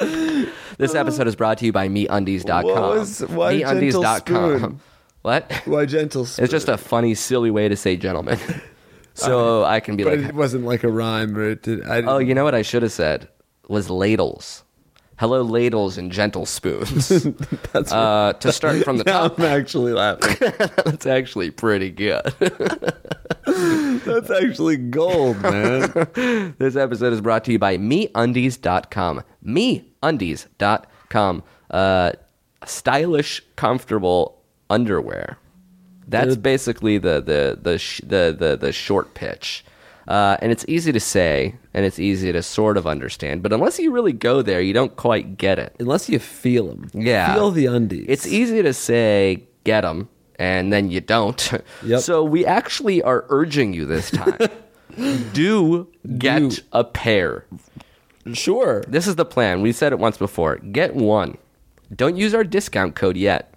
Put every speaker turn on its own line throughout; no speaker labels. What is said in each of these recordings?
This episode is brought to you by MeUndies.com.
What was- why gentle spoon?
What?
Why gentle spoon?
It's just a funny, silly way to say gentleman. so I can be
But
like,
it wasn't like a rhyme or it did. I didn't,
oh, you know what I should have said was ladles. Hello, ladles and gentle spoons.
that's
uh, to start from the
now
top,
I'm actually laughing.
that's actually pretty good.
that's actually gold, man.
This episode is brought to you by MeUndies.com. MeUndies.com. Uh, stylish, comfortable underwear. That's basically the the the sh- the the, the short pitch. Uh, and it's easy to say, and it's easy to sort of understand, but unless you really go there, you don't quite get it.
Unless you feel them.
Yeah.
Feel the undies.
It's e- easy to say get them and then you don't.
Yep.
So we actually are urging you this time. Do get
Do.
a pair.
Sure.
This is the plan. We said it once before. Get one. Don't use our discount code yet.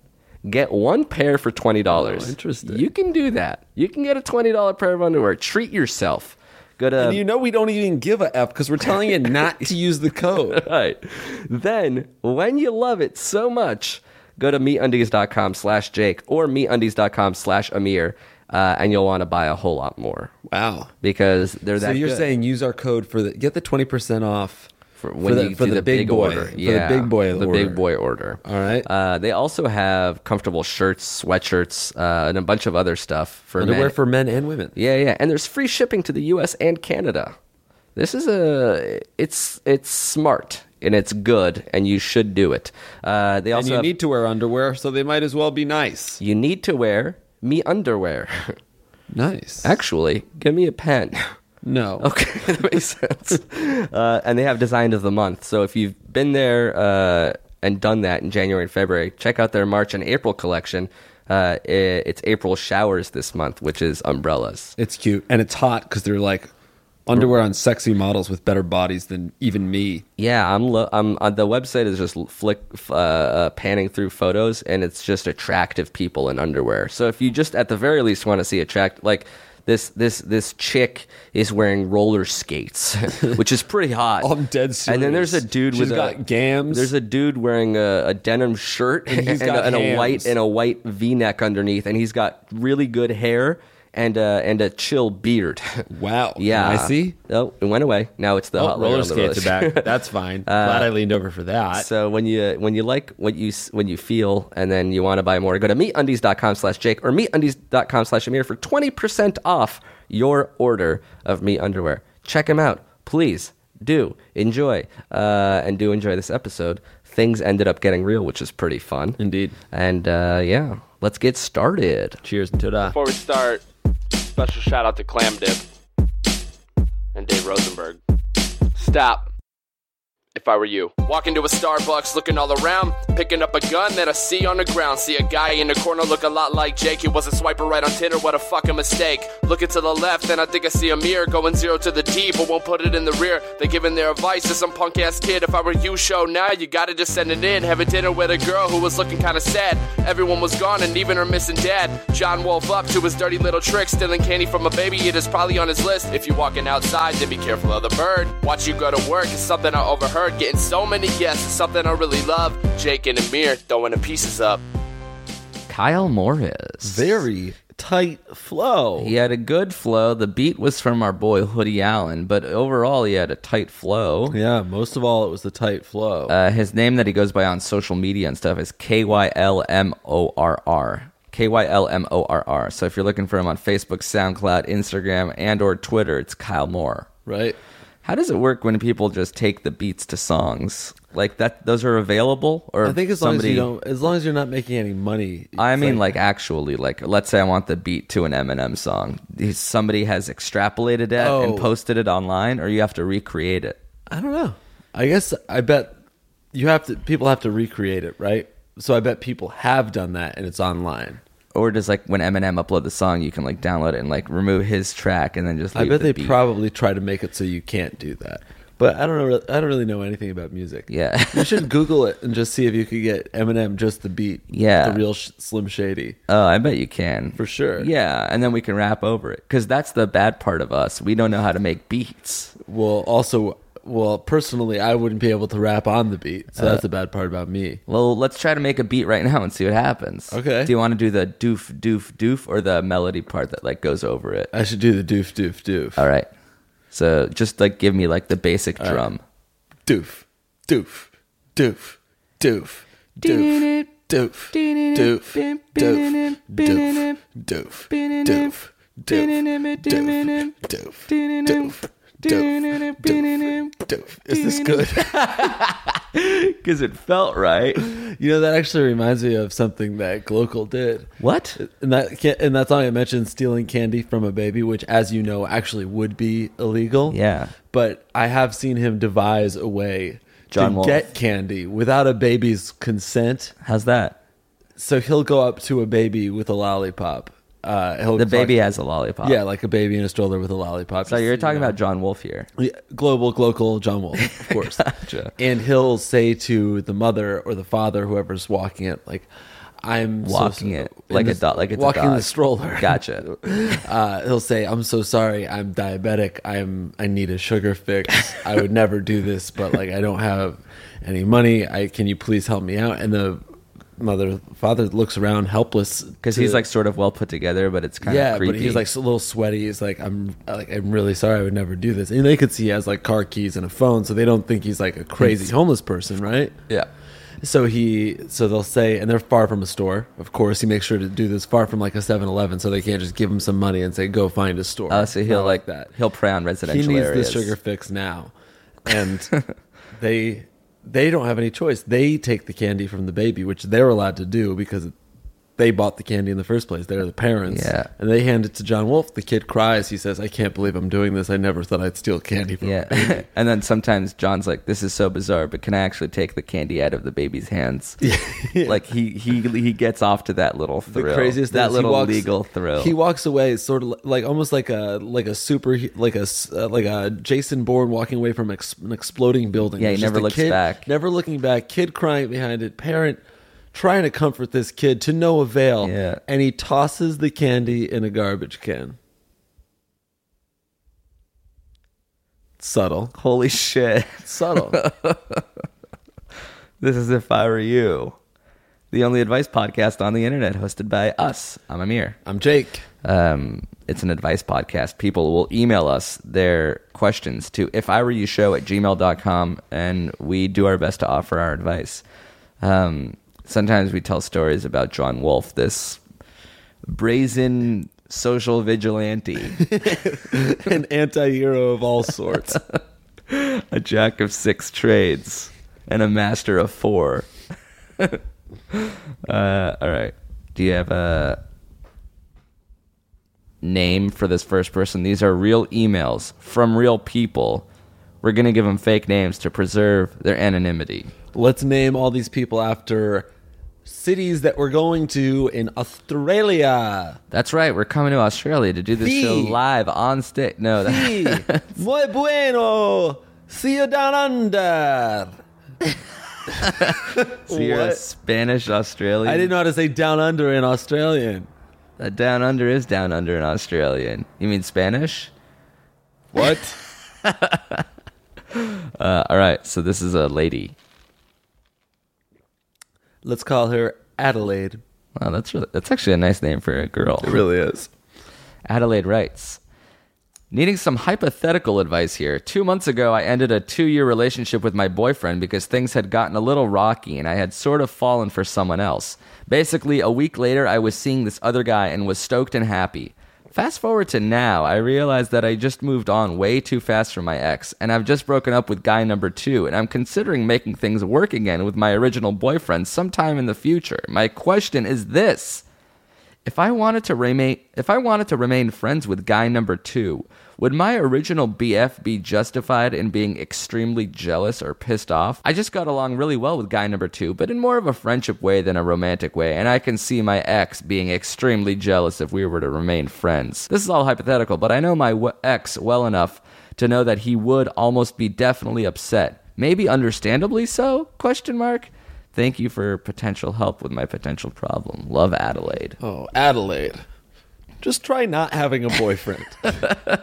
Get one pair for twenty dollars.
Oh, interesting.
You can do that. You can get a twenty dollar pair of underwear. Treat yourself. Go to
And you know we don't even give a F because we're telling you not to use the code.
right. Then, when you love it so much, go to meetundies.com slash Jake or meetundies.com slash Amir, uh, and you'll want to buy a whole lot more
Wow.
because they're
So
that
you're
good.
saying use our code for the get the twenty percent off
for when
the,
you do
the, big, boy
order.
for
yeah,
the big boy
the
order.
big boy order.
All right.
Uh, they also have comfortable shirts, sweatshirts, uh, and a bunch of other stuff for
underwear
men.
for men and women.
Yeah, yeah, and there's free shipping to the U.S. and Canada. This is a it's it's smart and it's good, and you should do it. Uh, they also
And you
have-
need to wear underwear, so they might as well be nice.
you need to wear me underwear.
Nice.
Actually, give me a pen.
no.
Okay, that makes sense. Uh, and they have design of the month. So if you've been there uh, and done that in January and February, check out their March and April collection. Uh, i- it's April showers this month, which is umbrellas.
It's cute and it's hot because they're like underwear on sexy models with better bodies than even me.
Yeah, I'm lo- I'm on the website is just flick uh, uh, panning through photos and it's just attractive people in underwear. So if you just at the very least want to see attract like this this this chick is wearing roller skates, which is pretty hot.
I'm dead serious.
And then there's a dude
She's
with a,
got gams.
There's a dude wearing a, a denim shirt and,
he's got
a, and a
hams.
white and a white V-neck underneath, and he's got really good hair and uh, and a chill beard.
Wow.
yeah,
I see. Oh,
Oh, it went away. Now it's the hot layer
roller
on the
skates are back. That's fine. Glad I leaned over for that.
Uh, So when you when you like what you s- when you feel and then you want to buy more, go to meetundies.com slash Jake or meetundies.com slash Amir for 20% off your order of meat underwear. Check them out. Please do enjoy uh, and do enjoy this episode. Things ended up getting real, which is pretty fun.
Indeed.
And uh, yeah, let's get started.
Cheers and ta
Before we start, special shout out to Clam Dip and Dave Rosenberg. Stop. If I were you. Walk into a Starbucks, looking all around, picking up a gun that I see on the ground. See a guy in the corner look a lot like Jake. He was a swiper right on Tinder, what a fucking mistake. Looking to the left, and I think I see a mirror going zero to the D, but won't put it in the rear. They giving their advice to some punk ass kid. If I were you, show now, you gotta just send it in. Having dinner with a girl who was looking kinda sad. Everyone was gone, and even her missing dad. John Wolf up to his dirty little trick, stealing candy from a baby. It is probably on his list. If you're walking outside, then be careful of the bird. Watch you go to work is something I overheard. Getting so many yes is something I really love. Jake and Amir throwing the pieces up.
Kyle Morris.
Very tight flow.
He had a good flow. The beat was from our boy Hoodie Allen, but overall he had a tight flow.
Yeah, most of all, it was the tight flow.
Uh, his name that he goes by on social media and stuff is K Y L M O R R. K Y L M O R R. So if you're looking for him on Facebook, SoundCloud, Instagram, and or Twitter, it's Kyle Moore.
right?
How does it work when people just take the beats to songs like that? Those are available, or
I think as long
somebody.
as you don't, as long as you're not making any money.
I
it's
mean, like, actually, like let's say I want the beat to an Eminem song. Somebody has extrapolated it
Oh.
and posted it online, or you have to recreate it.
I don't know. I guess I bet you have to. People have to recreate it, right? So I bet people have done that, and it's online.
Or does like when Eminem upload the song, you can like download it and like remove his track and then just.
I
leave
bet
the
they
beat.
probably try to make it so you can't do that. But I don't know. I don't really know anything about music.
Yeah.
you should Google it and just see if you could get Eminem just the beat.
Yeah.
the real sh- Slim Shady.
Oh, I bet you can
For sure.
Yeah, and then we can rap over it because that's the bad part of us. We don't know how to make beats.
Well, also, well, personally, I wouldn't be able to rap on the beat,
Uh,
so that's the bad part about me.
Well, let's try to make a beat right now and see what happens.
Okay.
Do you want to do the doof doof doof or the melody part that like goes over it?
I should do the doof doof doof.
All right. So just like give me like the basic drum.
Doof, doof, doof, doof, doof, doof, doof, doof, doof, doof, doof, doof, doof, doof, doof, doof, doof, doof, doof. Is this good?
Because it felt right.
You know that actually reminds me of something that Glocal did.
What?
And that ca- and that song I mentioned, stealing candy from a baby, which, as you know, actually would be illegal.
Yeah.
But I have seen him devise a way
John
to
Wolfe.
get candy without a baby's consent.
How's that?
So he'll go up to a baby with a lollipop. Uh, he'll
The
talk-
baby has a lollipop.
yeah, like a baby in a stroller with a lollipop.
So you're talking about John Wolfe here.
Yeah, global, local, John Wolf, of course. And he'll say to the mother or the father, whoever's walking it, like, "I'm so-
Walking it
in
like a
this-
dog, like it's a
walking the
dog.
stroller."
Gotcha.
uh, he'll say, "I'm so sorry. I'm diabetic. I'm I need a sugar fix. I would never do this, but like I don't have any money. I can you please help me out?" And the mother father looks around helpless
Because he's like sort of well put together, but it's kind
yeah,
of creepy.
but he's like a little sweaty. He's like, I'm like, I'm really sorry. I would never do this. And they could see he has like car keys and a phone, so they don't think he's like a crazy homeless person, right?
yeah.
So he, so they'll say, and they're far from a store. Of course, he makes sure to do this far from like a 7-Eleven, so they can't just give him some money and say, go find a store.
Uh, so he'll
Not
like that. He'll prey on
He
residential
needs
areas.
the sugar fix now, and they they don't have any choice. They take the candy from the baby, which they're allowed to do because they bought the candy in the first place. They're the parents,
Yeah.
And they hand it to John Wolf. The kid cries. He says, "I can't believe I'm doing this. I never thought I'd steal candy from." a baby."
Yeah. and then sometimes John's like, "This is so bizarre, but can I actually take the candy out of the baby's hands?" Like he he he gets off to that little
The
thrill.
craziest thing
that
is he
little
walks-
legal thrill.
He walks away, sort of li- like almost like a like a super like a s- uh, like a Jason Bourne walking away from ex, an exploding building.
Yeah, he
It's
never
a
looks
kid-
back.
Never looking back. Kid crying behind it. Parent trying to comfort this kid to no avail.
Yeah.
and he tosses the candy in a garbage can. Subtle,
Holy shit!
subtle.
This is if I were you. The only advice podcast on the internet, hosted by us. I'm Amir.
I'm Jake.
um, it's an advice podcast. People will email us their questions to if I were you show at gmail.com and we do our best to offer our advice. Um, sometimes we tell stories about John Wolfe, this brazen social vigilante,
An anti-hero of all sorts.
a jack of six trades, and a master of four. uh, all right. Do you have a name for this first person. These are real emails from real people. We're going to give them fake names to preserve their anonymity.
Let's name all these people after cities that we're going to in Australia.
That's right. We're coming to Australia to do this
Fee.
show live on stage. No,
Sí.
that,
Muy bueno. See you down under.
so you're a
What?
Spanish Australian.
I didn't know how to say down under in Australian.
Uh, down under is down under in Australian. You mean Spanish?
What?
Uh, all right. So this is a lady.
Let's call her Adelaide.
Wow, that's really, that's actually a nice name for a girl.
It really is.
Adelaide writes Needing some hypothetical advice here. Two months ago, I ended a two year relationship with my boyfriend because things had gotten a little rocky and I had sort of fallen for someone else. Basically, a week later, I was seeing this other guy and was stoked and happy. Fast forward to now, I realized that I just moved on way too fast from my ex, and I've just broken up with guy number two, and I'm considering making things work again with my original boyfriend sometime in the future. My question is this if I wanted to remain if I wanted to remain friends with guy number 2, would my original BF be justified in being extremely jealous or pissed off? I just got along really well with guy number 2, but in more of a friendship way than a romantic way, and I can see my ex being extremely jealous if we were to remain friends. This is all hypothetical, but I know my w- ex well enough to know that he would almost be definitely upset. Maybe understandably so? Question mark. Thank you for potential help with my potential problem. Love Adelaide.
Oh, Adelaide. Just try not having a boyfriend.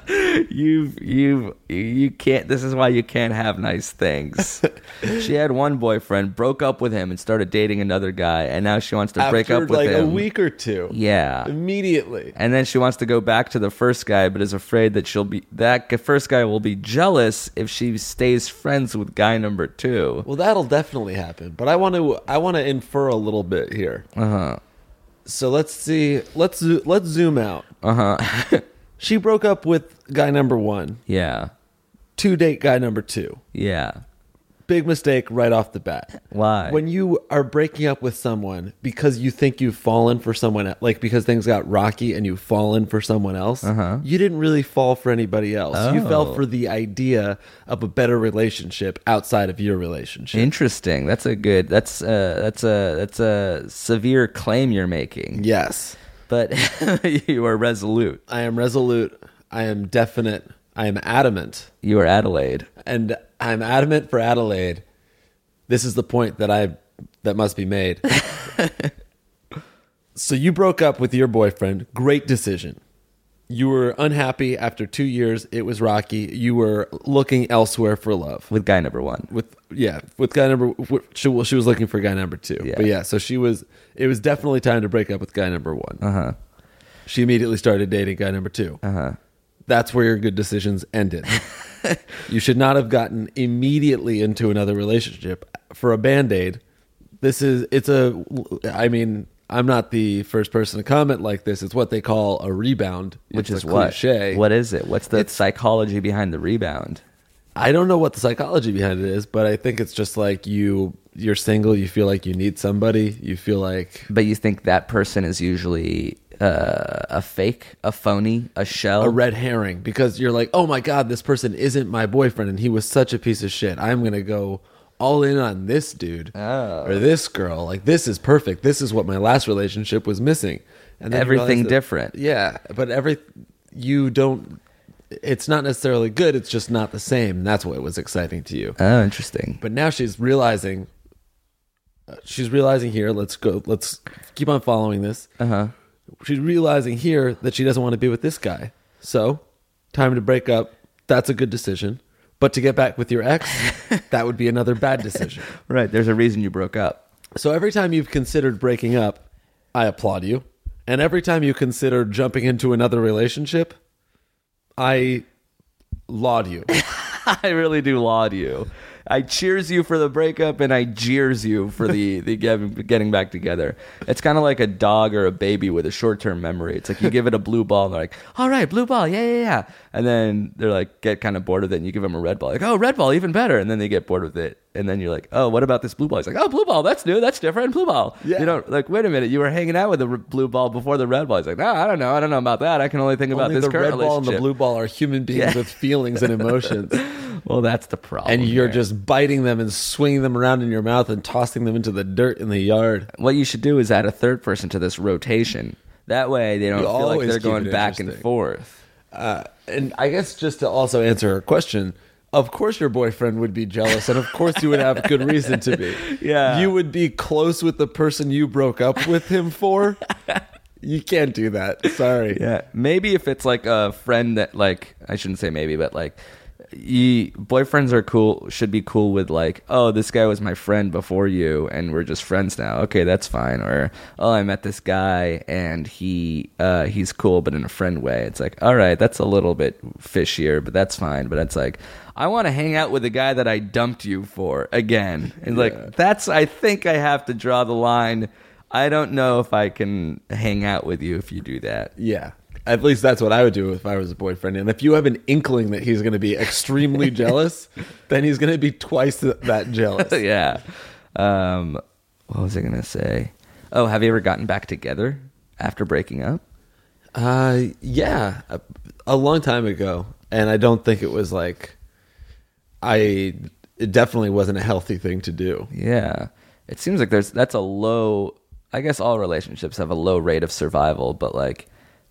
You've you've you can't this is why you can't have nice things. she had one boyfriend, broke up with him and started dating another guy, and now she wants to break
After
up with
like
him.
a week or two.
Yeah.
Immediately.
And then she wants to go back to the first guy, but is afraid that she'll be that g- first guy will be jealous if she stays friends with guy number two.
Well, that'll definitely happen. But I want to I want to infer a little bit here. Uh huh. So let's see. Let's zo- let's zoom out. Uh huh. she broke up with guy number one
Yeah.
to date guy number two.
Yeah.
Big mistake right off the bat.
Why?
When you are breaking up with someone because you think you've fallen for someone, el- like because things got rocky and you've fallen for someone else, you didn't really fall for anybody else. You fell for the idea of a better relationship outside of your relationship.
Interesting. That's a good. That's uh that's a that's a severe claim you're making.
yes.
But you are resolute.
I am resolute. I am definite. I am adamant.
You are Adelaide.
And I'm adamant for Adelaide. This is the point that I that must be made. so you broke up with your boyfriend. Great decision. You were unhappy after 2 years. It was rocky. You were looking elsewhere for love.
with guy number one.
With yeah, with guy number with- she well, she was looking for guy number 2.
Yeah.
But yeah, so she was it was definitely time to break up with guy number 1. Uh-huh. She immediately started dating guy number 2. Uh-huh that's where your good decisions ended. you should not have gotten immediately into another relationship for a band-aid. This is it's a I mean, I'm not the first person to comment like this. It's what they call a rebound,
Which is
It's a
what?
cliche.
What is it? What's the psychology behind the rebound?
I don't know what the psychology behind it is, but I think it's just like you you're single, you feel like you need somebody, you feel like
But you think that person is usually uh, a fake, a phony, a shell?
a red herring because you're like, oh my god, this person isn't my boyfriend, and he was such a piece of shit. I'm gonna go all in on this dude
Oh.
or this girl. Like this is perfect. This is what my last relationship was missing. And you realize
Everything different.
Yeah, but every you don't. It's not necessarily good. It's just not the same. That's what was exciting to you.
Oh, interesting.
But now she's realizing. uh, She's realizing here. Let's go. Let's keep on following this. Uh
Uh-huh.
huh. She's realizing here that she doesn't want to be with this guy. So, time to break up. That's a good decision. But to get back with your ex, that would be another bad decision.
Right. There's a reason you broke up.
So every time you've considered breaking up, I applaud you. And every time you consider jumping into another relationship, I laud you.
I really do laud you. I cheers you for the breakup and I jeers you for the, the gev- getting back together. It's kind of like a dog or a baby with a short term memory. It's like you give it a blue ball and they're like, all right, blue ball, yeah, yeah, yeah. And then they're like, get kind of bored of it and you give them a red ball. Like, oh, red ball, even better. And then they get bored with it. And then you're like, oh, what about this blue ball? He's like, oh, blue ball, that's new, that's different, blue ball.
Yeah.
You don't, like, wait a minute, you were hanging out with the r- blue ball before the red ball. He's like, no, I don't know, I don't know about that. I can only think about
Only
this
the
current
red ball and the
relationship."
blue ball are human beings with feelings and emotions.
Well, that's the problem.
and you're
here.
just biting them and swinging them around in your mouth and tossing them into the dirt in the yard.
what you should do is add a third person to this rotation. That way they don't
You
feel like
always
they're
keep
going
it
back and
interesting.
forth.
Uh, And I guess just to also answer her question, of course your boyfriend would be jealous, and of course you would have good reason to be.
Yeah.
You would be close with the person you broke up with him for. you can't do that. Sorry.
Yeah. Maybe if it's like a friend that like I shouldn't say maybe, but like you boyfriends are cool should be cool with like oh this guy was my friend before you and we're just friends now okay that's fine or oh i met this guy and he uh he's cool but in a friend way it's like all right that's a little bit fishier but that's fine but it's like i want to hang out with the guy that i dumped you for again and like that's i think i have to draw the line i don't know if i can hang out with you if you do that
Yeah. At least that's what I would do if I was a boyfriend. And if you have an inkling that he's going to be extremely jealous, then he's going to be twice th- that jealous.
yeah. Um, what was I gonna say? Oh, have you ever gotten back together after breaking up?
Uh, yeah, a, a long time ago, and I don't think it was like I. It definitely wasn't a healthy thing to do.
Yeah. It seems like there's that's a low. I guess all relationships have a low rate of survival, but like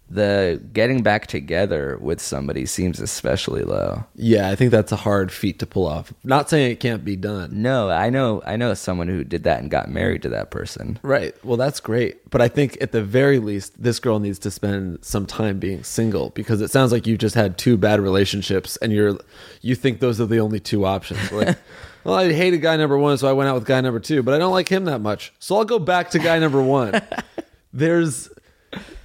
the getting back together with somebody seems especially low.
Yeah, I think that's a hard feat to pull off. Not saying it can't be done.
No, I know I know someone who did that and got married to that person.
Right. Well, that's great, but I think at the very least, this girl needs to spend some time being single because it sounds like you've just had two bad relationships, and you're you think those are the only two options. Like, well, I hated guy number one, so I went out with guy number two, but I don't like him that much, so I'll go back to guy number one. There's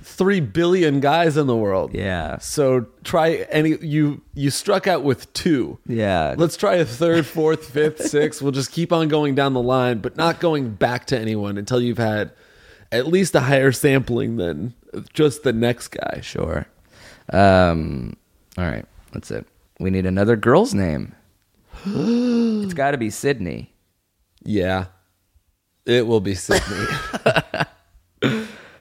three billion guys in the world.
Yeah.
So try any you you struck out with two.
Yeah.
Let's try a third, fourth, fifth, sixth. We'll just keep on going down the line, but not going back to anyone until you've had at least a higher sampling than just the next guy.
Sure. Um, all right, that's it. We need another girl's name. it's got to be Sydney.
Yeah. It will be Sydney.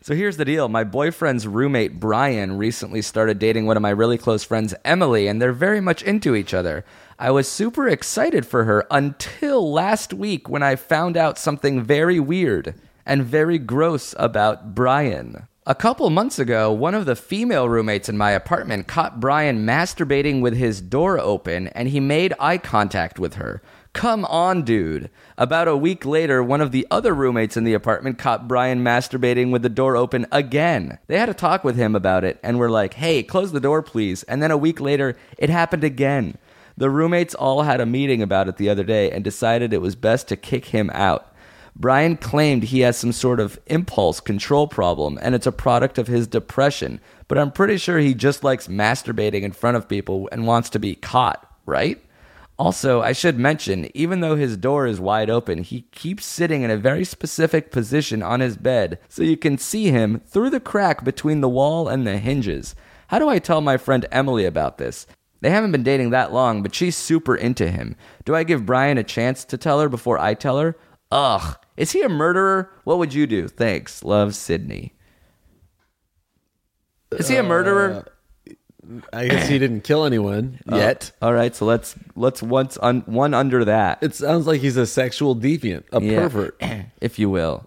So here's the deal. My boyfriend's roommate, Brian, recently started dating one of my really close friends, Emily, and they're very much into each other. I was super excited for her until last week when I found out something very weird and very gross about Brian. A couple months ago, one of the female roommates in my apartment caught Brian masturbating with his door open and he made eye contact with her. Come on, dude. About a week later, one of the other roommates in the apartment caught Brian masturbating with the door open again. They had a talk with him about it and were like, hey, close the door, please. And then a week later, it happened again. The roommates all had a meeting about it the other day and decided it was best to kick him out. Brian claimed he has some sort of impulse control problem and it's a product of his depression, but I'm pretty sure he just likes masturbating in front of people and wants to be caught, right? Also, I should mention, even though his door is wide open, he keeps sitting in a very specific position on his bed so you can see him through the crack between the wall and the hinges. How do I tell my friend Emily about this? They haven't been dating that long, but she's super into him. Do I give Brian a chance to tell her before I tell her? Ugh, is he a murderer? What would you do? Thanks. Love, Sydney. Is he a murderer?
I guess he didn't kill anyone yet.
All right, so let's let's once un, one under that.
Uh, It sounds like he's a sexual deviant, a
Yeah.
pervert.
if you will.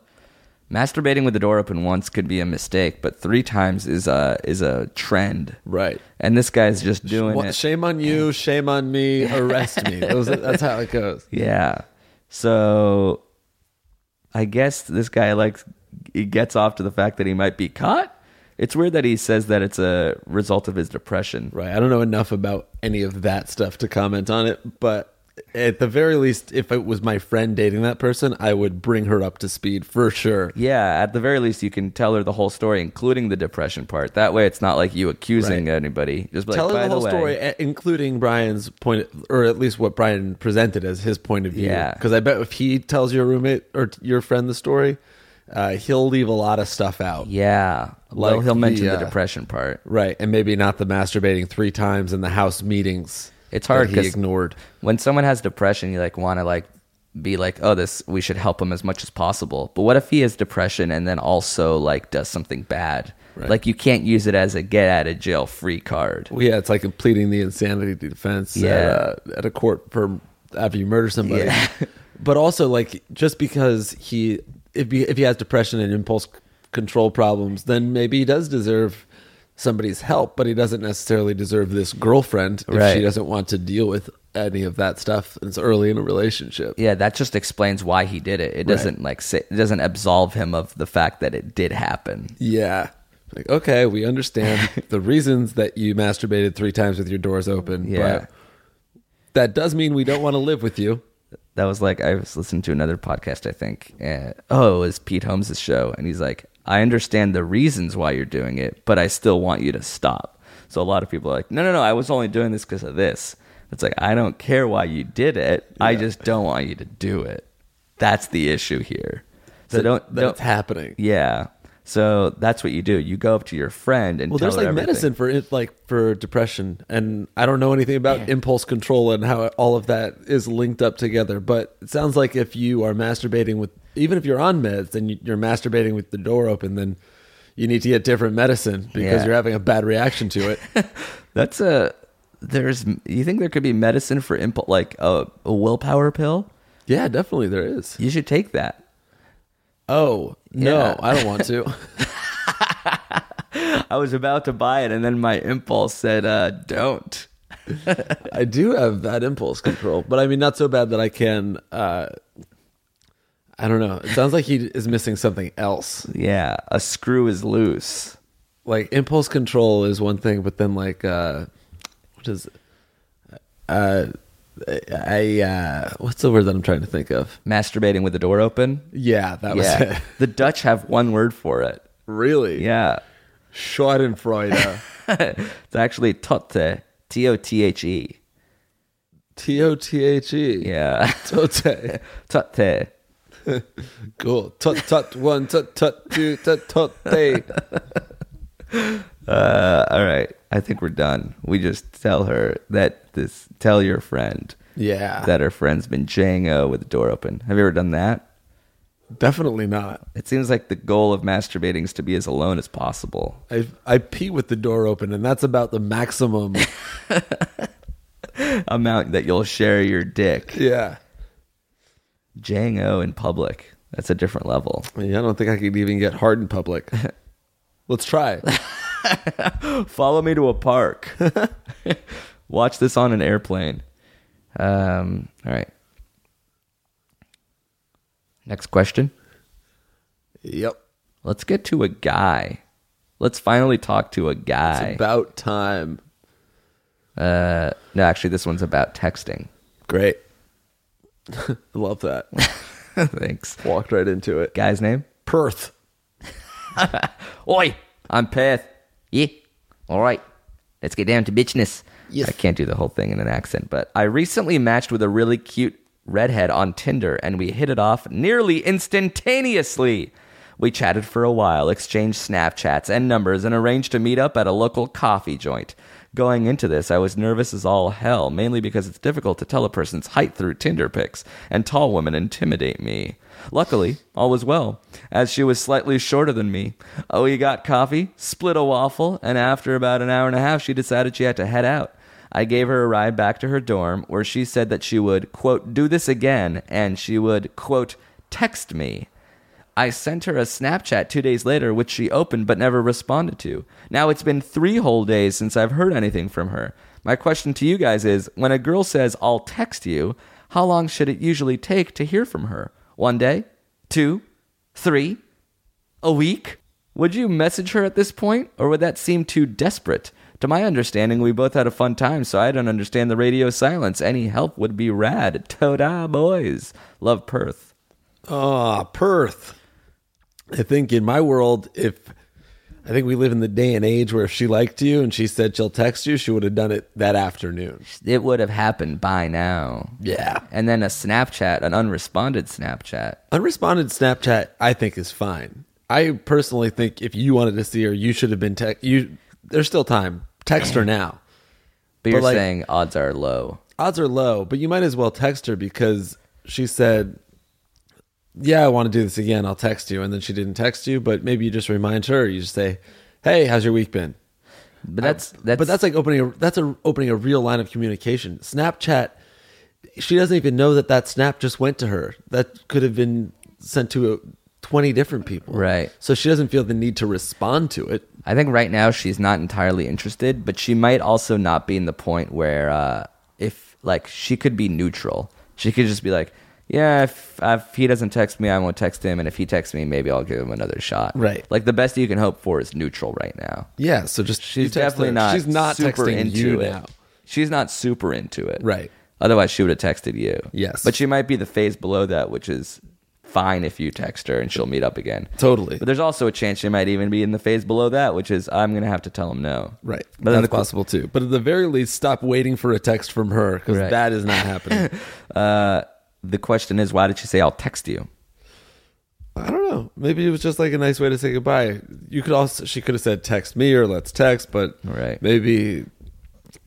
Masturbating with the door open once could be a mistake, but three times is a is a trend.
Right.
And this guy's just doing
Well,
it.
shame on you, shame on me, arrest me. Those- that's how it goes.
yeah. So I guess this guy likes he gets off to the fact that he might be caught. It's weird that he says that it's a result of his depression.
Right. I don't know enough about any of that stuff to comment on it, but at the very least, if it was my friend dating that person, I would bring her up to speed for sure.
Yeah, at the very least, you can tell her the whole story, including the depression part. That way, it's not like you accusing
Right.
anybody. Just be like,
Tell her
"By
the whole
way,
story, e- including Brian's point, or at least what Brian presented as his point of view.
Yeah.
Because I bet if he tells your roommate or t- your friend the story, uh, he'll leave a lot of stuff out.
Yeah, well,
Like
he'll mention
the,
the,
uh,
depression part.
Right. And maybe not the masturbating three times in the house meetings.
It's hard
that he
'cause-
ignored.
When someone has depression, you like want to like be like, oh, this we should help him as much as possible. But what if he has depression and then also like does something bad? Like you can't use it as a get out of jail free card.
Well, yeah, it's like pleading the insanity defense at,
Yeah.
a, at a court for after you murder somebody. but also, like, just because he if he, if he has depression and impulse c- control problems, then maybe he does deserve somebody's help, but he doesn't necessarily deserve this girlfriend if
Right.
she doesn't want to deal with any of that stuff. It's early in a relationship.
Yeah, that just explains why he did it. It doesn't like say, it doesn't absolve him of the fact that it did happen.
Yeah. Like, okay, we understand the reasons that you masturbated three times with your doors open,
Yeah.
but
That does mean we don't want to live with you.
that was like I was listening to another podcast, I think. And, oh, it was Pete Holmes' show, and he's like, "I understand the reasons why you're doing it, but I still want you to stop." So a lot of people are like, "No, no, no, I was only doing this because of this." It's like I don't care why you did it. I just don't want you to do it. That's the issue here. So
That-
don't
that
don't
it's happening.
Yeah. So that's what you do. You go up to your friend and
Well,
tell
there's
her
like
everything.
medicine for it, like for depression, and I don't know anything about impulse control and how all of that is linked up together. But it sounds like if you are masturbating with, even if you're on meds and you- you're masturbating with the door open, then you need to get different medicine because
Yeah.
you're having a bad reaction to it.
That's a there's you think there could be medicine for impulse like a, a willpower pill?
yeah, definitely there is.
You should take that.
Oh
Yeah.
no, I don't want to.
I was about to buy it and then my impulse said uh don't.
I do have bad impulse control, but I mean not so bad that I can. uh I don't know. It sounds like he is missing something else.
Yeah, a screw is loose.
like impulse control is one thing, but then like uh what is uh I uh what's the word that I'm trying to think of?
Masturbating with the door open?
Yeah, that was
Yeah.
it.
the Dutch have one word for it.
really?
Yeah.
Schadenfreude.
It's actually totte. T O T H E.
T O T H E.
Yeah.
Tote.
totte.
Cool. Tut tut one, tut tut two, tut tut they.
Uh, all right. I think we're done. We just tell her that this tell your friend
Yeah.
that her friend's been Django with the door open. Have you ever done that?
Definitely not.
It seems like the goal of masturbating is to be as alone as possible.
I I pee with the door open and that's about the maximum.
Amount that you'll share your dick.
yeah.
Django in public. That's a different level.
I, mean, I don't think I could even get hard in public. Let's try.
Follow me to a park. Watch this on an airplane. Um, all right. Next question.
yep.
Let's get to a guy. Let's finally talk to a guy.
It's about time.
uh, no, actually, this one's about texting.
Great. Love that.
Thanks.
Walked right into it.
Guy's name?
Perth.
Oi, I'm Perth. Yeah. All right. Let's get down to bitchness. Yes. I can't do the whole thing in an accent, but I recently matched with a really cute redhead on Tinder and we hit it off nearly instantaneously. We chatted for a while, exchanged Snapchats and numbers, and arranged to meet up at a local coffee joint. Going into this, I was nervous as all hell, mainly because it's difficult to tell a person's height through Tinder pics, and tall women intimidate me. Luckily, all was well, as she was slightly shorter than me. Oh, we got coffee, split a waffle, and after about an hour and a half, she decided she had to head out. I gave her a ride back to her dorm, where she said that she would, quote, do this again, and she would, quote, text me. I sent her a Snapchat two days later, which she opened but never responded to. Now it's been three whole days since I've heard anything from her. My question to you guys is when a girl says, I'll text you, how long should it usually take to hear from her? One day? Two? Three? A week? Would you message her at this point, or would that seem too desperate? To my understanding, we both had a fun time, so I don't understand the radio silence. Any help would be rad. Toda boys. Love Perth.
Ah, Perth. I think in my world, if I think we live in the day and age where if she liked you and she said she'll text you, she would have done it that afternoon.
It would have happened by now.
Yeah.
And then a Snapchat, an unresponded Snapchat.
Unresponded Snapchat, I think, is fine. I personally think if you wanted to see her, you should have been text. You there's still time. Text her now.
But you're
like-
saying odds are low.
odds are low, but you might as well text her because she said, "Yeah, I want to do this again. I'll text you." And then she didn't text you, but maybe you just remind her. You just say, "Hey, how's your week been?"
But that's that's
but that's like opening a that's a opening a real line of communication. Snapchat, she doesn't even know that that snap just went to her. That could have been sent to uh, twenty different people,
Right.
So she doesn't feel the need to respond to it.
I think right now she's not entirely interested, but she might also not be in the point where uh, if like she could be neutral. She could just be like, yeah, if, if he doesn't text me, I won't text him, and if he texts me, maybe I'll give him another shot.
Right.
Like the best you can hope for is neutral right now.
Yeah. So just you
She's
text
definitely
her.
not.
She's not
super
texting
into
you
it.
now.
She's not super into it.
Right.
Otherwise, she would have texted you.
Yes.
But she might be the phase below that, which is fine if you text her and she'll meet up again.
Totally.
But there's also a chance she might even be in the phase below that, which is I'm going to have to tell him no.
Right.
But
that
that's
is
cool.
possible too. But at the very least, stop waiting for a text from her because
Right.
that is not happening.
Uh, the question is, why did she say I'll text you?
I don't know. Maybe it was just like a nice way to say goodbye. You could also she could have said text me or let's text, but
Right.
maybe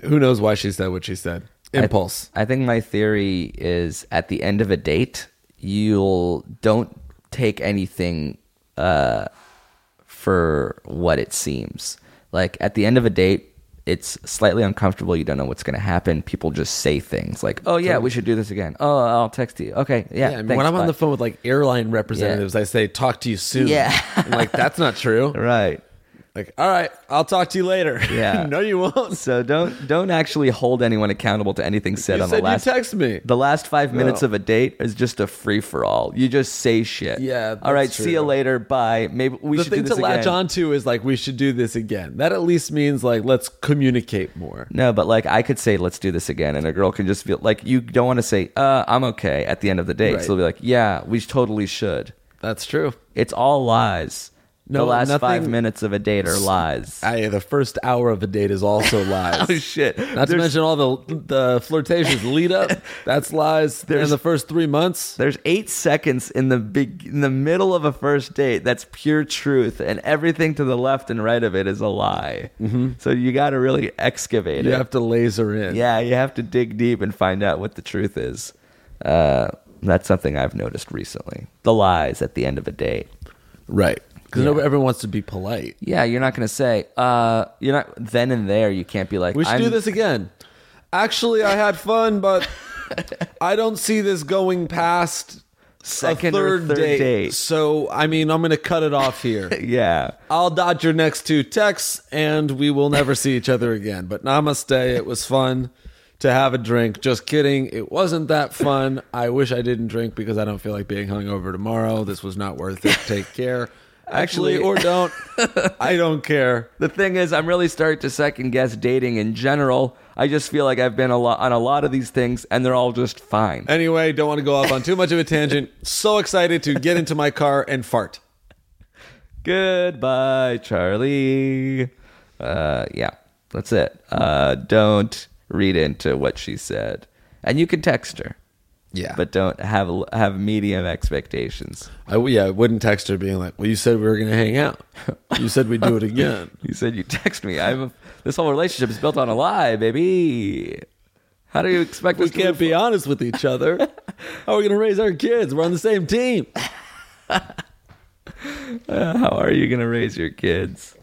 who knows why she said what she said. Impulse.
I think my theory is at the end of a date, you'll don't take anything uh, for what it seems. Like at the end of a date, it's slightly uncomfortable. You don't know what's going to happen. People just say things like, "Oh yeah, we should do this again." "Oh, I'll text you." Okay, yeah.
yeah, I mean,
thanks,
when I'm
bye."
on the phone with like airline representatives, I say talk to you soon.
Yeah.
I'm like that's not true.
right?
Like all right, I'll talk to you later.
Yeah.
no, you won't.
So don't don't actually hold anyone accountable to anything said
You
on
said
the last
you text me.
The last five minutes
No.
of a date is just a free for all. You just say shit.
Yeah,
All right.
that's
See you
true.
later. Bye. Maybe we
the
should
thing
do
to
this again.
latch onto is like we should do this again. That at least means like let's communicate more.
No, but like I could say, let's do this again, and a girl can just feel like you don't want to say, uh, "I'm okay" at the end of the date.
Right.
So they'll be like, "Yeah, we totally should."
That's true.
It's all lies.
No,
the last five
nothing-
minutes of a date are lies.
I the first hour of a date is also lies.
oh shit!
Not to
There's-
mention all the the flirtations lead up. That's lies. There's
There's-
the first three months.
There's eight seconds in the big in the middle of a first date that's pure truth, and everything to the left and right of it is a lie. So you got to really excavate
You
it.
have to laser in.
yeah, you have Mm-hmm. to dig deep and find out what the truth is. Uh, that's something I've noticed recently. The lies at the end of a date.
Right. Because everyone wants to be polite.
Yeah, you're not going to say. Uh, you're not then and there. You can't be like.
We should do
I'm-
this again. Actually, I had fun, but I don't see this going past
Second
a
or
third,
third
date.
date.
So I mean, I'm going to cut it off here.
Yeah.
I'll dodge your next two texts and we will never see each other again. But namaste. It was fun to have a drink. Just kidding. It wasn't that fun. I wish I didn't drink because I don't feel like being hungover tomorrow. This was not worth it. Take care. Actually,
Actually-
or don't. I don't care.
The thing is, I'm really starting to second guess dating in general. I just feel like I've been a lot on a lot of these things, and they're all just fine.
Anyway, don't want to go off on too much of a tangent. So excited to get into my car and fart.
Goodbye, Charlie. Uh, yeah, that's it. Uh, don't read into what she said, and you can text her,
Yeah.
but don't have have medium expectations.
I, yeah, I wouldn't text her being like, well, you said we were going to hang out. You said we'd do it again.
You said you text me. I'm a, this whole relationship is built on a lie, baby. How do you expect
we
us to
can't
move
be honest with each other. How are we going to raise our kids? We're on the same team.
How are you going to raise your kids?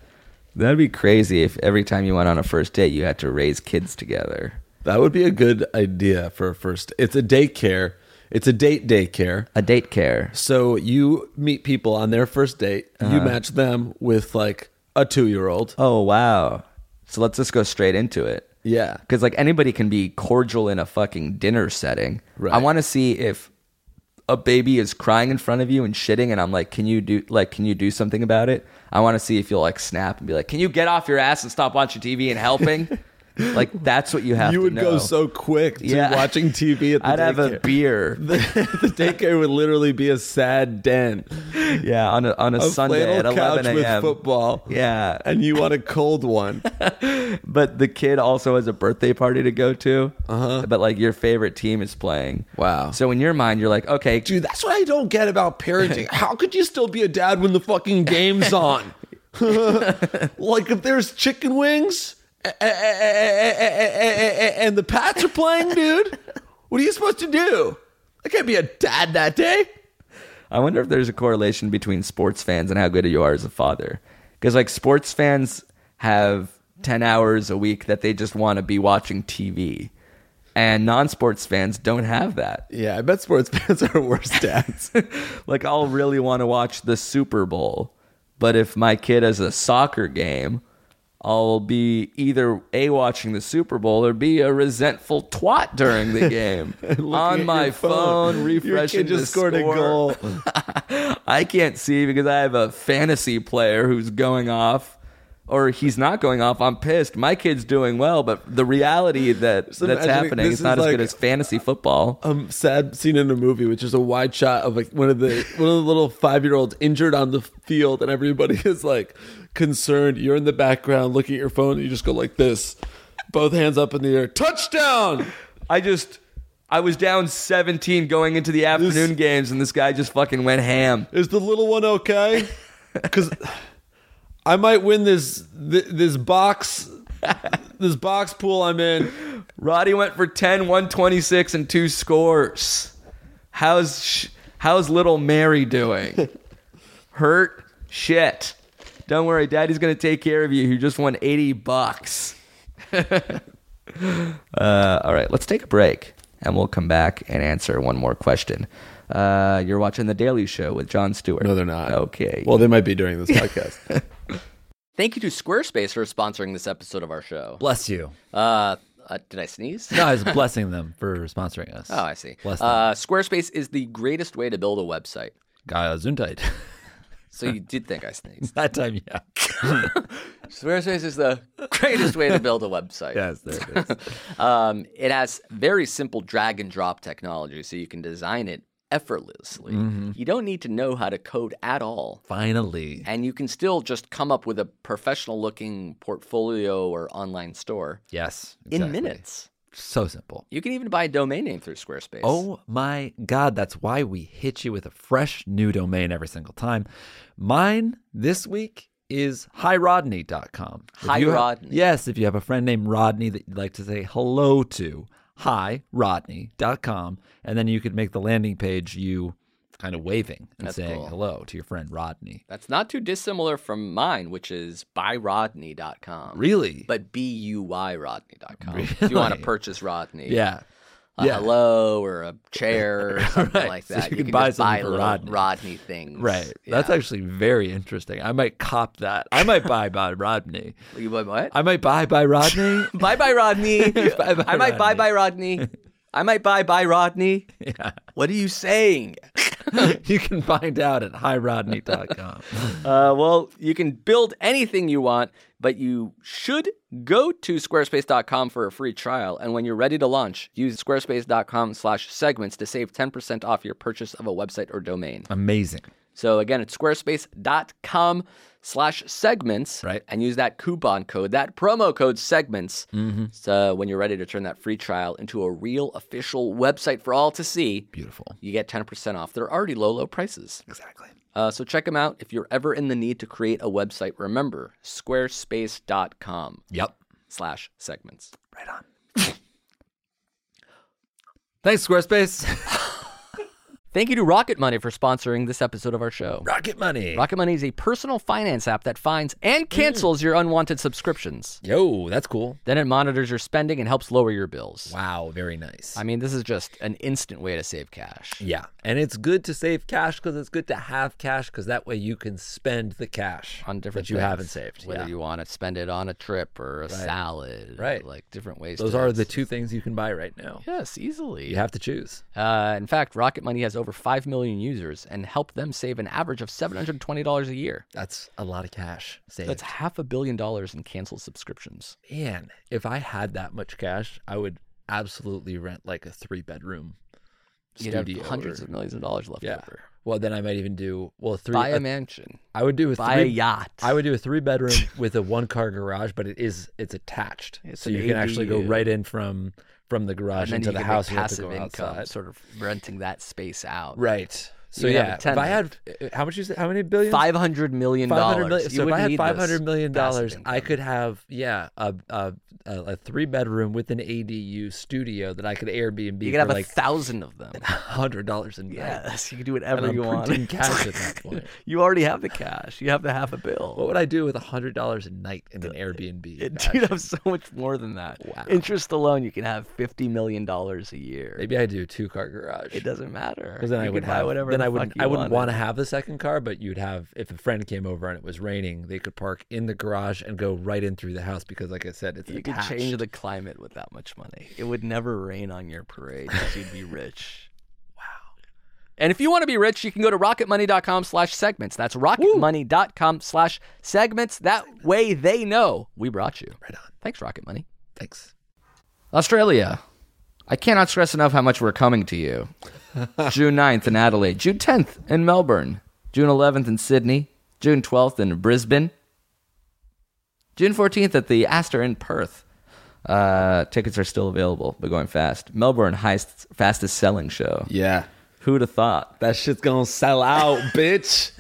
That'd be crazy if every time you went on a first date, you had to raise kids together.
That would be a good idea for a first. It's a daycare. It's a date daycare.
A date care.
So you meet people on their first date. You match them with like a two-year-old.
Oh, wow. So let's just go straight into it.
Yeah.
Because, like, anybody can be cordial in a fucking dinner setting.
Right.
I want to see if a baby is crying in front of you and shitting, and I'm like, can you do, like, can you do something about it? I want to see if you'll, like, snap and be like, can you get off your ass and stop watching TV and helping? like, that's what you have
You
to
would
know.
go so quick to
Yeah.
watching TV at the
I'd have
daycare.
a beer.
the, the daycare would literally be a sad den.
Yeah, on a on a,
A
Sunday at
flannel couch
eleven
with
a.m.
football.
Yeah,
And you want a cold one.
but the kid also has a birthday party to go to. Uh-huh. But like your favorite team is playing.
Wow.
So in your mind, you're like, okay,
Dude, that's what I don't get about parenting. How could you still be a dad when the fucking game's on? like if there's chicken wings a- a- a- a- a- a- a- and the Pats are playing, dude. What are you supposed to do? I can't be a dad that day.
I wonder if there's a correlation between sports fans and how good you are as a father. Because like sports fans have ten hours a week that they just want to be watching TV, and non-sports fans don't have that.
Yeah, I bet sports fans are worse dads.
like I'll really want to watch the Super Bowl, but if my kid has a soccer game, I'll be either a watching the Super Bowl or b a resentful twat during the game on my phone, refreshing
Your kid
the
just scored
score.
a goal.
I can't see because I have a fantasy player who's going off. or he's not going off. I'm pissed. My kid's doing well, but the reality that
So
that's
imagining
happening
this
is not
is
as good
like-
as fantasy football.
um sad scene in a movie, which is a wide shot of like one of the one of the little five year olds injured on the field, and everybody is like concerned. You're in the background looking at your phone, and you just go like this, both hands up in the air, touchdown.
I just I was down 17 going into the afternoon games, and this guy just fucking went ham.
Is the little one okay? Because I might win this th- this box this box pool I'm in.
Roddy went for 10, 126, and two scores. How's sh- how's little Mary doing? Hurt? Shit. Don't worry, Daddy's gonna take care of you. You just won 80 bucks. uh, all right, let's take a break, and we'll come back and answer one more question. Uh, you're watching The Daily Show with Jon Stewart.
No, they're not.
Okay.
Well, they might be during this podcast.
Thank you to Squarespace for sponsoring this episode of our show.
Bless you.
Uh, uh, did I sneeze?
No, I was blessing them for sponsoring us.
Oh, I see.
Bless them.
Uh, Squarespace is the greatest way to build a website.
Uh, Gesundheit.
So you did think I sneezed.
that time, yeah.
Squarespace is the greatest way to build a website.
yes, there it is.
Um, it has very simple drag and drop technology, so you can design it effortlessly. You don't need to know how to code at all.
Finally.
And you can still just come up with a professional looking portfolio or online store
Yes.
in
exactly.
minutes.
So simple.
You can even buy a domain name through Squarespace.
Oh my God, that's why we hit you with a fresh new domain every single time. Mine this week is hirodney.com. If you have-
Hirodney.
Yes, if you have a friend named Rodney that you'd like to say hello to, hirodney.com. And then you could make the landing page you kind of waving and
That's
saying
cool.
hello to your friend Rodney.
That's not too dissimilar from mine, which is buyrodney.com.
Really?
But B U Y Rodney.com. If you want to
Really?
purchase Rodney,
yeah.
a
yeah.
hello or a chair or something
Right,
like
so
that.
you can buy
just
something
buy
for
little
Rodney.
Rodney things.
Right. That's
Yeah.
actually very interesting. I might cop that. I might buy by Rodney.
You buy what?
I might buy by Rodney.
Bye bye Rodney.
bye,
I might buy
Rodney.
bye Rodney. I might buy bye Rodney. What are you saying?
you can find out at highrodney.com.
Uh, well, you can build anything you want, but you should go to squarespace.com for a free trial. And when you're ready to launch, use squarespace.com slash segments to save 10% off your purchase of a website or domain.
Amazing.
So again, it's squarespace.com slash segments
Right.
and use that coupon code, that promo code segments. So when you're ready to turn that free trial into a real official website for all to see,
Beautiful.
you get 10% off. They're already low, low prices.
Exactly.
Uh, so check them out if you're ever in the need to create a website. Remember, squarespace.com
Yep.
slash segments.
Right on. Thanks, Squarespace.
Thank you to Rocket Money for sponsoring this episode of our show.
Rocket money.
Rocket Money is a personal finance app that finds and
Mm.
cancels your unwanted subscriptions.
Yo, that's cool.
Then it monitors your spending and helps lower your bills.
Wow, very nice.
I mean, this is just an instant way to save cash.
yeah. And it's good to save cash because it's good to have cash because that way you can spend the cash
On different
that you
things,
haven't saved.
Whether
Yeah.
you want to spend it on a trip or a salad. or,
Right.
Like different ways.
Those
to-
are the two things you can buy right now.
Yes, easily.
You have to choose.
Uh, in fact, Rocket Money has over 5 million users and helped them save an average of $720 a year.
That's a lot of cash saved.
That's half a billion dollars in canceled subscriptions.
Man, if I had that much cash, I would absolutely rent like a three bedroom
You'd
studio.
have hundreds
or-
of millions of dollars left
yeah.
over.
Well, then I might even do well three. uh,
Buy
I
a mansion.
would do a
buy
three,
a yacht.
I would do a three bedroom with a one car garage, but it is it's attached,
It's
so
an
you can actually go
ADU.
right in from from the garage
and
into
then
the
you can
house.
make
you have to
passive
go
income,
outside.
sort of renting that space out.
right. So
You can
yeah,
have a
if I had uh, how much you say, how many billions?
Five hundred million
$500
dollars.
million. So if I had five hundred million dollars, I could have yeah a a, a, a three bedroom with an ADU studio that I could Airbnb.
You could have
for
a
like
thousand of them.
hundred dollars a night.
Yes, you can do
And
whatever
I'm
you
printing
want.
cash at that point.
You already have the cash. You have the half a
What
bill.
would I do with hundred dollars a night in an Airbnb?
Dude, have so much more than that.
Wow.
Interest alone, you can have fifty million dollars a year.
Maybe I do a two car garage.
It doesn't matter.
'Cause then
you
I would
can have whatever.
Then
the
I wouldn't.
fuck you
I wouldn't want
wanted.
to have the second car, but you'd have if a friend came over and it was raining, they could park in the garage and go right in through the house because, like I said, it's
You could
attached.
change the climate with that much money. It would never rain on your parade. 'cause You'd be rich. wow.
And if you want to be rich, you can go to rocketmoney.com slash segments. That's rocketmoney.com slash segments. That way they know we brought you. Right on. Thanks, Rocket Money.
Thanks.
Australia. I cannot stress enough how much we're coming to you. June 9th in Adelaide, June 10th in Melbourne, June 11th in Sydney, June 12th in Brisbane, June 14th at the Astor in Perth. Uh, tickets are still available, but going fast. Melbourne Heist's fastest selling show.
Yeah.
Who'd have thought?
That shit's gonna sell out, Oh, bitch.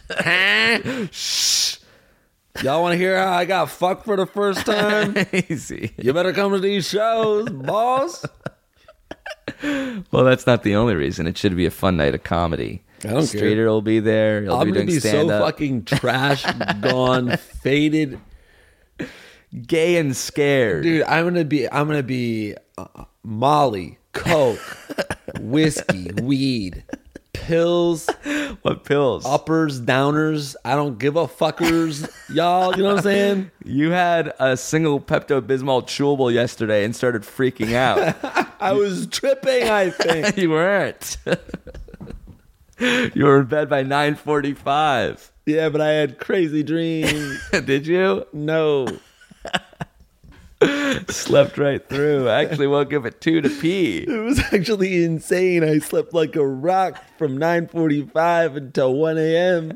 Shh. Y'all wanna hear how I got fucked for the first time?
Easy.
you better come to these shows, boss.
Well, that's not the only reason. It should be a fun night of comedy.
I don't care.
Streeter will be there. He'll
I'm
be
gonna
doing
be so
stand up.
fucking trash, gone, faded,
Gay and scared.
dude. I'm gonna be. I'm gonna be uh, Molly, Coke, whiskey, weed, pills,
What pills?
uppers, downers. I don't give a fuckers, y'all. You know what I'm saying?
You had a single Pepto Bismol chewable yesterday and started freaking out.
I was tripping. I think.
you weren't. you were in bed by 9:45.
Yeah, but I had crazy dreams.
Did you?
No.
Slept right through. I actually woke up at 2 to pee.
It was actually insane. I slept like a rock from 9:45 until 1 a.m.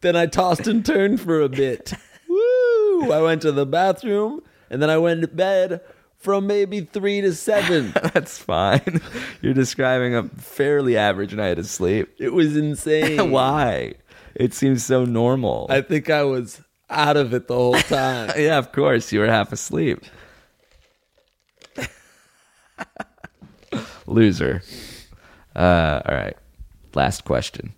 Then I tossed and turned for a bit. Woo! I went to the bathroom and then I went to bed from maybe 3 to 7.
That's fine. You're describing a fairly average night of sleep.
It was insane.
Why? It seems so normal.
I think I was out of it the whole time.
yeah, of course. You were half asleep. Loser. Uh, all right. Last question.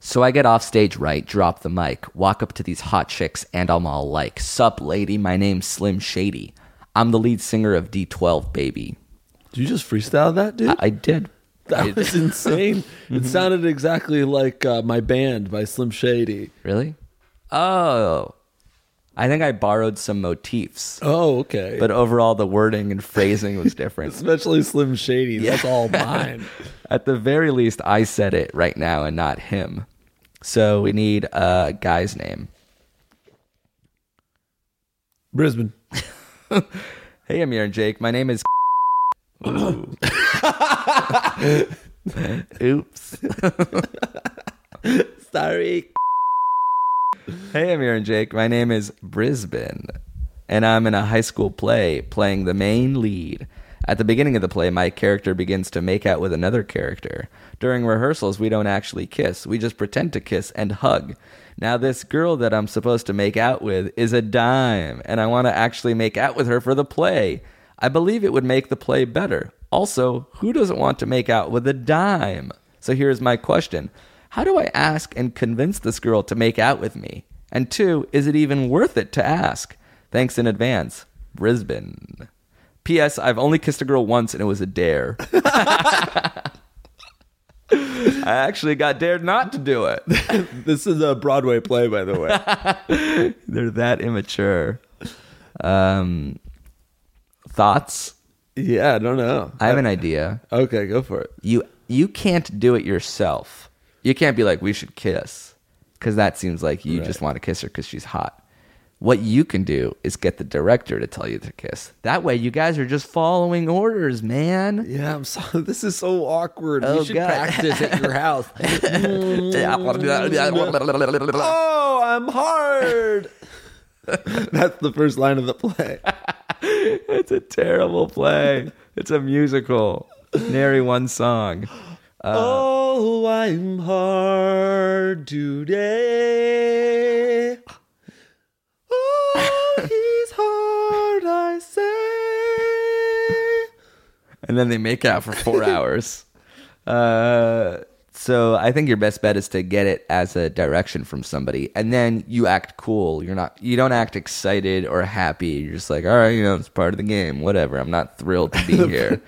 So I get off stage right, drop the mic, walk up to these hot chicks, and I'm all like, Sup, lady, my name's Slim Shady. I'm the lead singer of D12, baby.
Did you just freestyle that, dude?
I, I did.
that was insane.
Mm-hmm.
It sounded exactly like uh, my band by Slim Shady.
Really? Oh. I think I borrowed some motifs.
Oh, okay.
But overall, the wording and phrasing was different.
especially Slim Shady, that's all mine.
At the very least, I said it right now and not him. So we need a guy's name.
Brisbane.
Hey, Amir and Jake. My name is. Ooh. Oops.
Sorry.
Hey, Amir and Jake. My name is Brisbane, and I'm in a high school play playing the main lead. At the beginning of the play, my character begins to make out with another character. During rehearsals, we don't actually kiss, we just pretend to kiss and hug. Now, this girl that I'm supposed to make out with is a dime, and I want to actually make out with her for the play. I believe it would make the play better. Also, who doesn't want to make out with a dime? So here's my question How do I ask and convince this girl to make out with me? And two, is it even worth it to ask? Thanks in advance. Brisbane. P.S. I've only kissed a girl once and it was a dare. I actually got dared not to do it.
This is a Broadway play, by the way.
They're that immature. Um, thoughts?
yeah, I don't know.
I have an idea.
Okay, go for it.
you you can't do it yourself. You can't be like we should kiss because that seems like you just want to kiss her because she's hot. What you can do is get the director to tell you to kiss. That way, you guys are just following orders, man.
Yeah, I'm sorry. This is so awkward.
Oh,
you should
God.
practice at your house. oh, I'm hard. Uh, That's the first line of the play.
It's a terrible play. It's a musical. Nary one song.
oh, I'm hard today. Oh, he's hard, I say.
and then they make out for four hours. Uh, so I think your best bet is to get it as a direction from somebody, and then you act cool. You're not, you don't act excited or happy. You're just like, all right, you know, it's part of the game. Whatever. I'm not thrilled to be here.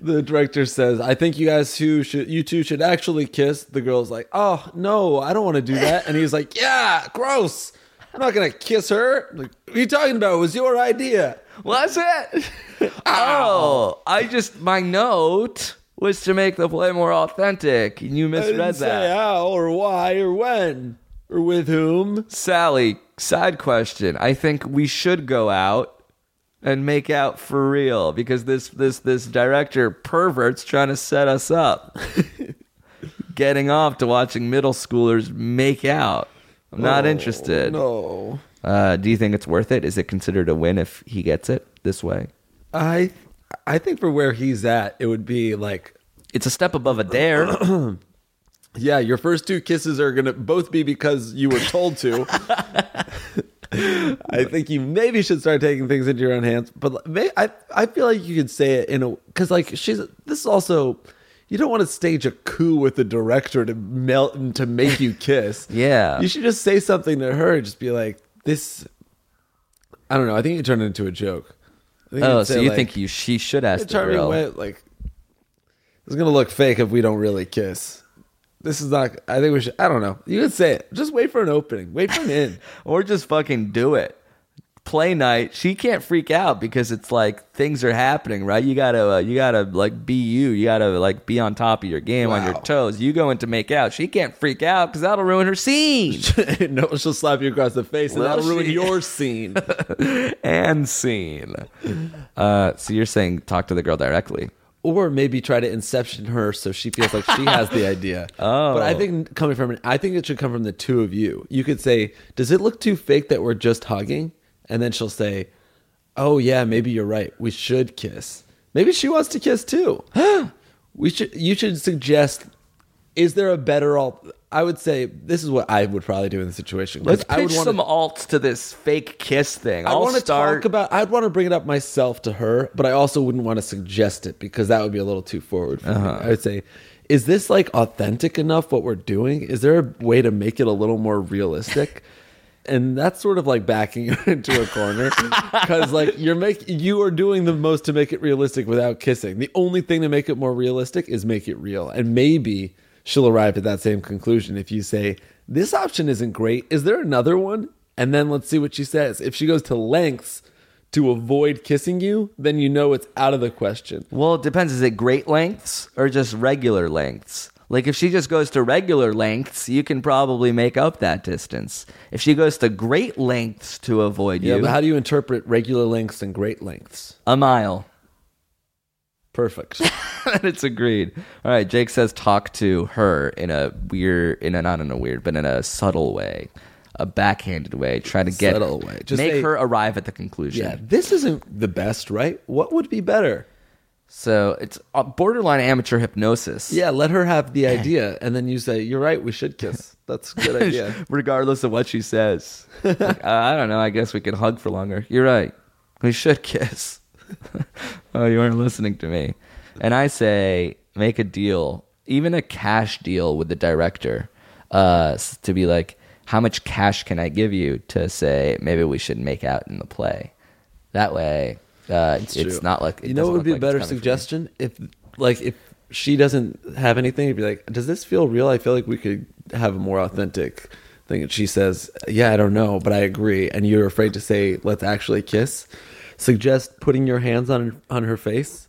the director says, "I think you guys who should you two should actually kiss." The girl's like, "Oh no, I don't want to do that," and he's like, "Yeah, gross. I'm not gonna kiss her." I'm like, what are you talking about? It was your idea.
What's it? oh, I just my note was to make the play more authentic. And you
I didn't
misread
say
that.
how or why or when or with whom.
Sally, side question. I think we should go out and make out for real because this this this director pervert's trying to set us up. Getting off to watching middle schoolers make out. I'm
Oh,
not interested.
No.
Uh, do you think it's worth it? Is it considered a win if he gets it this way?
I I think for where he's at, it would be like
It's a step above a dare.
yeah, your first two kisses are gonna both be because you were told to. I think you maybe should start taking things into your own hands, but like, may, I I feel like you could say it in a because like she's this is also you don't want to stage a coup with the director to melt to make you kiss.
Yeah.
you should just say something to her, just be like this. I don't know. I think you turn it into a joke. I think
oh,
you'd
so
say,
you
like,
think you she should ask the
charming
girl?
way like it's gonna look fake if we don't really kiss this is not i think we should i don't know you could say it just wait for an opening wait for an in
or just fucking do it. Play night. She can't freak out because it's like things are happening, right? You gotta, uh, you gotta like be you. You gotta like be on top of your game, on your toes. You go into make out. She can't freak out because that'll ruin her scene
no she'll slap you across the face and
Well,
that'll ruin
she-
your scene
and scene. Uh, so you're saying talk to the girl directly.
or maybe try to inception her so she feels like she has the idea oh but i think coming from an, i think it should come from the two of you you could say does it look too fake that we're just hugging and then she'll say oh yeah maybe you're right we should kiss maybe she wants to kiss too we should you should suggest is there a better alt i would say this is what i would probably do in the situation 'Cause
Let's
I would
pitch
wanna-
some alts to this fake kiss thing.
I
I'll
want to
start.
talk about. I'd want to bring it up myself to her, but I also wouldn't want to suggest it because that would be a little too forward. For me. I would say, is this like authentic enough? What we're doing? Is there a way to make it a little more realistic? and that's sort of like backing her into a corner because like you're make you are doing the most to make it realistic without kissing. The only thing to make it more realistic is make it real, and maybe she'll arrive at that same conclusion if you say this option isn't great. Is there another one? And then let's see what she says. If she goes to lengths to avoid kissing you, then you know it's out of the question.
Well, it depends. Is it great lengths or just regular lengths? Like, if she just goes to regular lengths, you can probably make up that distance. If she goes to great lengths to avoid
Yeah,
you,
but how do you interpret regular lengths and great lengths?
a mile.
Perfect.
and it's agreed. All right, Jake says talk to her in a weird, in a not in a weird, but in a subtle way, a backhanded way, try to get
Subtle way. Just
make
say-
her arrive at the conclusion.
yeah, this isn't the best, right? What would be better?
So it's a borderline amateur hypnosis.
Yeah, let her have the idea, and then you say, "You're right. We should kiss. That's a good idea."
regardless of what she says. Like, uh, I don't know. I guess we could hug for longer. You're right. We should kiss. oh, you weren't listening to me. And I say, make a deal, even a cash deal with the director, uh, s- to be like, how much cash can I give you to say maybe we should make out in the play? That way, uh, it's, not like it
you know, what
doesn't
would be a
look like
better
it's coming from me.
suggestion if, like, if she doesn't have anything, it'd be like, "Does this feel real? I feel like we could have a more authentic thing." And she says, "Yeah, I don't know, but I agree." And you're afraid to say, "Let's actually kiss." Suggest putting your hands on on her face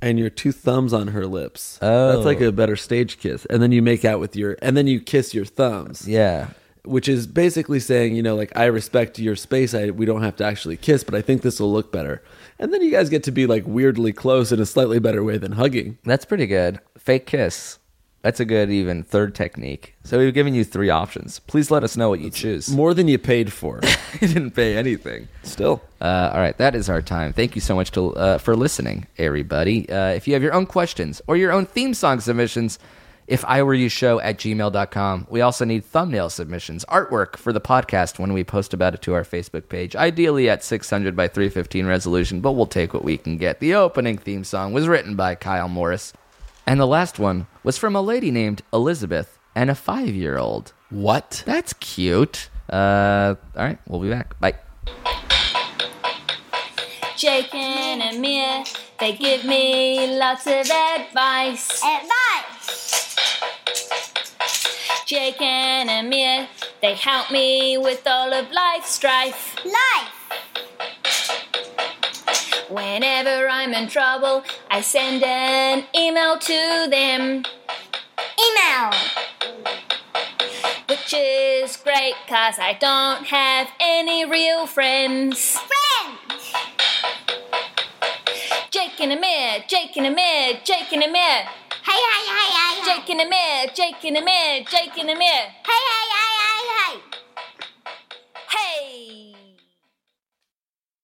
and your two thumbs on her lips.
Uh-huh. Oh.
That's like a better stage kiss. And then you make out with your, and then you kiss your thumbs.
Yeah.
which is basically saying, you know, like I respect your space. I we don't have to actually kiss, but I think this will look better. And then you guys get to be like weirdly close in a slightly better way than hugging.
That's pretty good. Fake kiss. That's a good even third technique. So we've given you three options. Please let us know what you choose.
More than you paid for.
I didn't pay anything.
Still.
Uh, all right, that is our time. Thank you so much to, uh, for listening, everybody. Uh, if you have your own questions or your own theme song submissions, if I were you show at gmail.com. We also need thumbnail submissions, artwork for the podcast when we post about it to our Facebook page, ideally at 600 by 315 resolution, but we'll take what we can get. The opening theme song was written by Kyle Morris, and the last one was from a lady named Elizabeth and a five year old.
What?
That's cute. Uh, all right, we'll be back. Bye.
Jake and Amir, they give me lots of advice.
Advice.
Jake and Amir, they help me with all of life's strife.
Life.
Whenever I'm in trouble, I send an email to them. Email! Which is great, cause I don't have any real friends. Friends! Jake and Amir, Jake and Amir, Jake and Amir. Hey, hey, hey, hey, hey. Jake and Amir, Jake and Amir, Jake and Amir. Hey,